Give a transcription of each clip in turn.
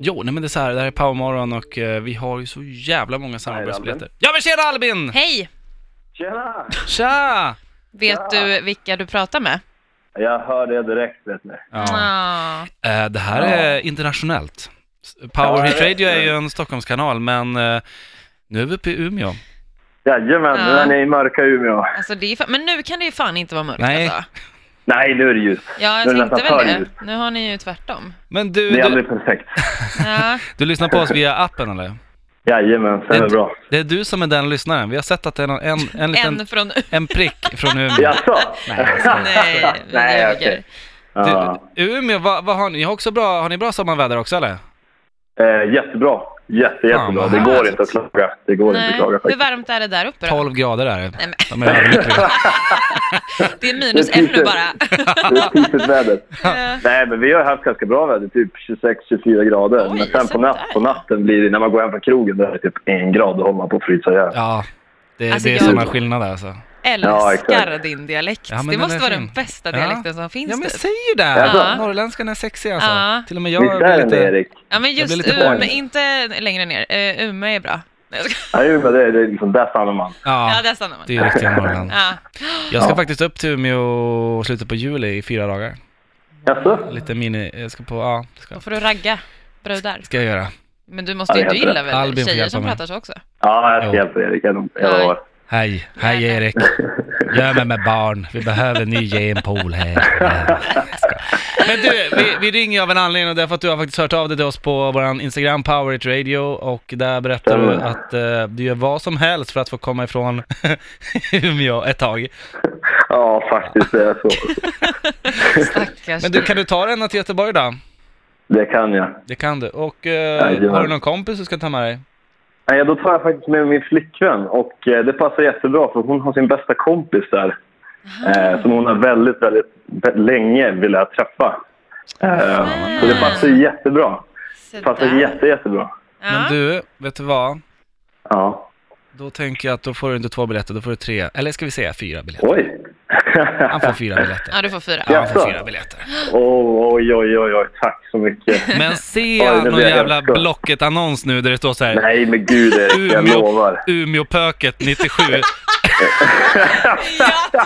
Jo, nej men det är så här, det här är Powermorgon och eh, vi har ju så jävla många samarbetsbiljetter. Ja men tjena Albin! Hej! Tjena! Tja! Vet du vilka du pratar med? Jag hör det direkt vet ni. Ja. Ah. Eh, det här är internationellt. Power Ja, Hit jag vet Radio är det. ju en Stockholmskanal, men eh, nu är vi uppe i Umeå. Jajamän, nu Ja. är ni i mörka Umeå. Alltså det är fan, men nu kan det ju fan inte vara mörkt Nej. alltså. Nej, nu är det ljust. Ja, Nu jag är det tänkte nästan väl för det. ljust. Nu har ni ju tvärtom. Men du, Det är du, aldrig perfekt. Ja. du lyssnar på oss via appen eller? Jajamän, Det sen är är, det bra. det är du som är den lyssnaren. Vi har sett att det är någon- en, en, en En liten från... en prick från Umeå. Jaså? Nej, jag Nej, vi Nej, ljuger. okej. Ja. Du, Umeå, vad, vad har ni? Ni Har, också bra, har ni bra sommarväder också eller? Eh, jättebra. Jätte, Fan, jättebra. vad Det går härligt. inte att klaga. Det går inte att Nej. klaga Hur faktiskt. varmt är det där uppe då? 12 grader är det. Nej, men, De är överlyckliga. det är minus Det är en nu precis. bara. Det är pisigt väder. Ja. Nej, men vi har haft ganska bra väder. Typ 26-24 grader. Oj, men sen på, sånt nat- där. på natten blir det, när man går hem från krogen, då är det typ en grad. Då håller man på att frysa ihjäl. Ja, det, Alltså, det är jag- sådana skillnader alltså. Ja, Älskar exakt. din dialekt. Ja, men det den måste är vara fin. den bästa Ja. dialekten som finns. Ja men typ. säg ju det! Jaså? Norrländskan är sexig alltså. Ja. Till och med jag Visst är blir den lite... det, Erik? Ja, men just blir lite Umeå, borg. inte längre ner. Uh, Umeå är bra. Nej, jag skojar. Ja, jo, men det, det är liksom, där stannar man. Ja, Ja, där stannar man. det är riktiga Norrland. Ja. Jag ska Ja. faktiskt upp till Umeå i slutet på juli i fyra dagar. Jaså? Lite mini... Jag ska på... Ja, det ska, Då får du ragga brudar. ska jag göra. Men du måste Ja, ju, det du heter gillar det. väl Albin får tjejer hjälpa som mig. pratar så också? Ja, jag Jo. ska hjälpa Erik. Jag, jag Nej. lovar. Hej, hej Jävlar. Erik. Gör mig med barn. Vi behöver en ny genpool här. Jag ska- Men du, vi, vi ringer av en anledning och det är för att du har faktiskt hört av dig till oss på vår Instagram, Powerit Radio, och där berättar du Stämmer. att eh, du gör vad som helst för att få komma ifrån Umeå ett tag. Ja, faktiskt. Det, är så. Stackars. Men du, kan du ta dig ända till Göteborg då? det kan jag. Det kan du. Och Jajamän. eh, har du någon kompis du ska ta med dig? Nej, då tar jag faktiskt med min flickvän. Och eh, Det passar jättebra, för hon har sin bästa kompis där. Eh, som hon har väldigt, väldigt vä- länge velat träffa. Eh, Ah. så det passar ju jättebra. Se Det passar där. jätte, jättebra. Ja. Men du, vet du vad? Ja. Då tänker jag att då får du inte två biljetter, då får du tre, eller ska vi säga fyra biljetter? Oj! Han får fyra biljetter. ja, du får fyra. Ja, han får Jaså? fyra biljetter. oh, oj, oj, oj, oj. Tack så mycket. Men se Oj, nu någon blir jag jävla helt skör. Blocket-annons nu där det står så här Nej, men gud, Erik. Jag Umeå. lovar. Umeåpöket 97. Ja, Då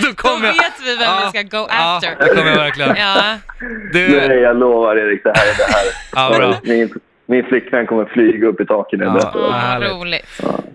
då kommer jag... vet vi vem vi Ja. ska go Ja, after. det kommer jag verkligen. Ja, Du, Nej, jag lovar, Erik. Det här är det här. ja bra. Min, min flickvän kommer flyga upp i taken. Ja. Ja. Åh, vad härligt. roligt.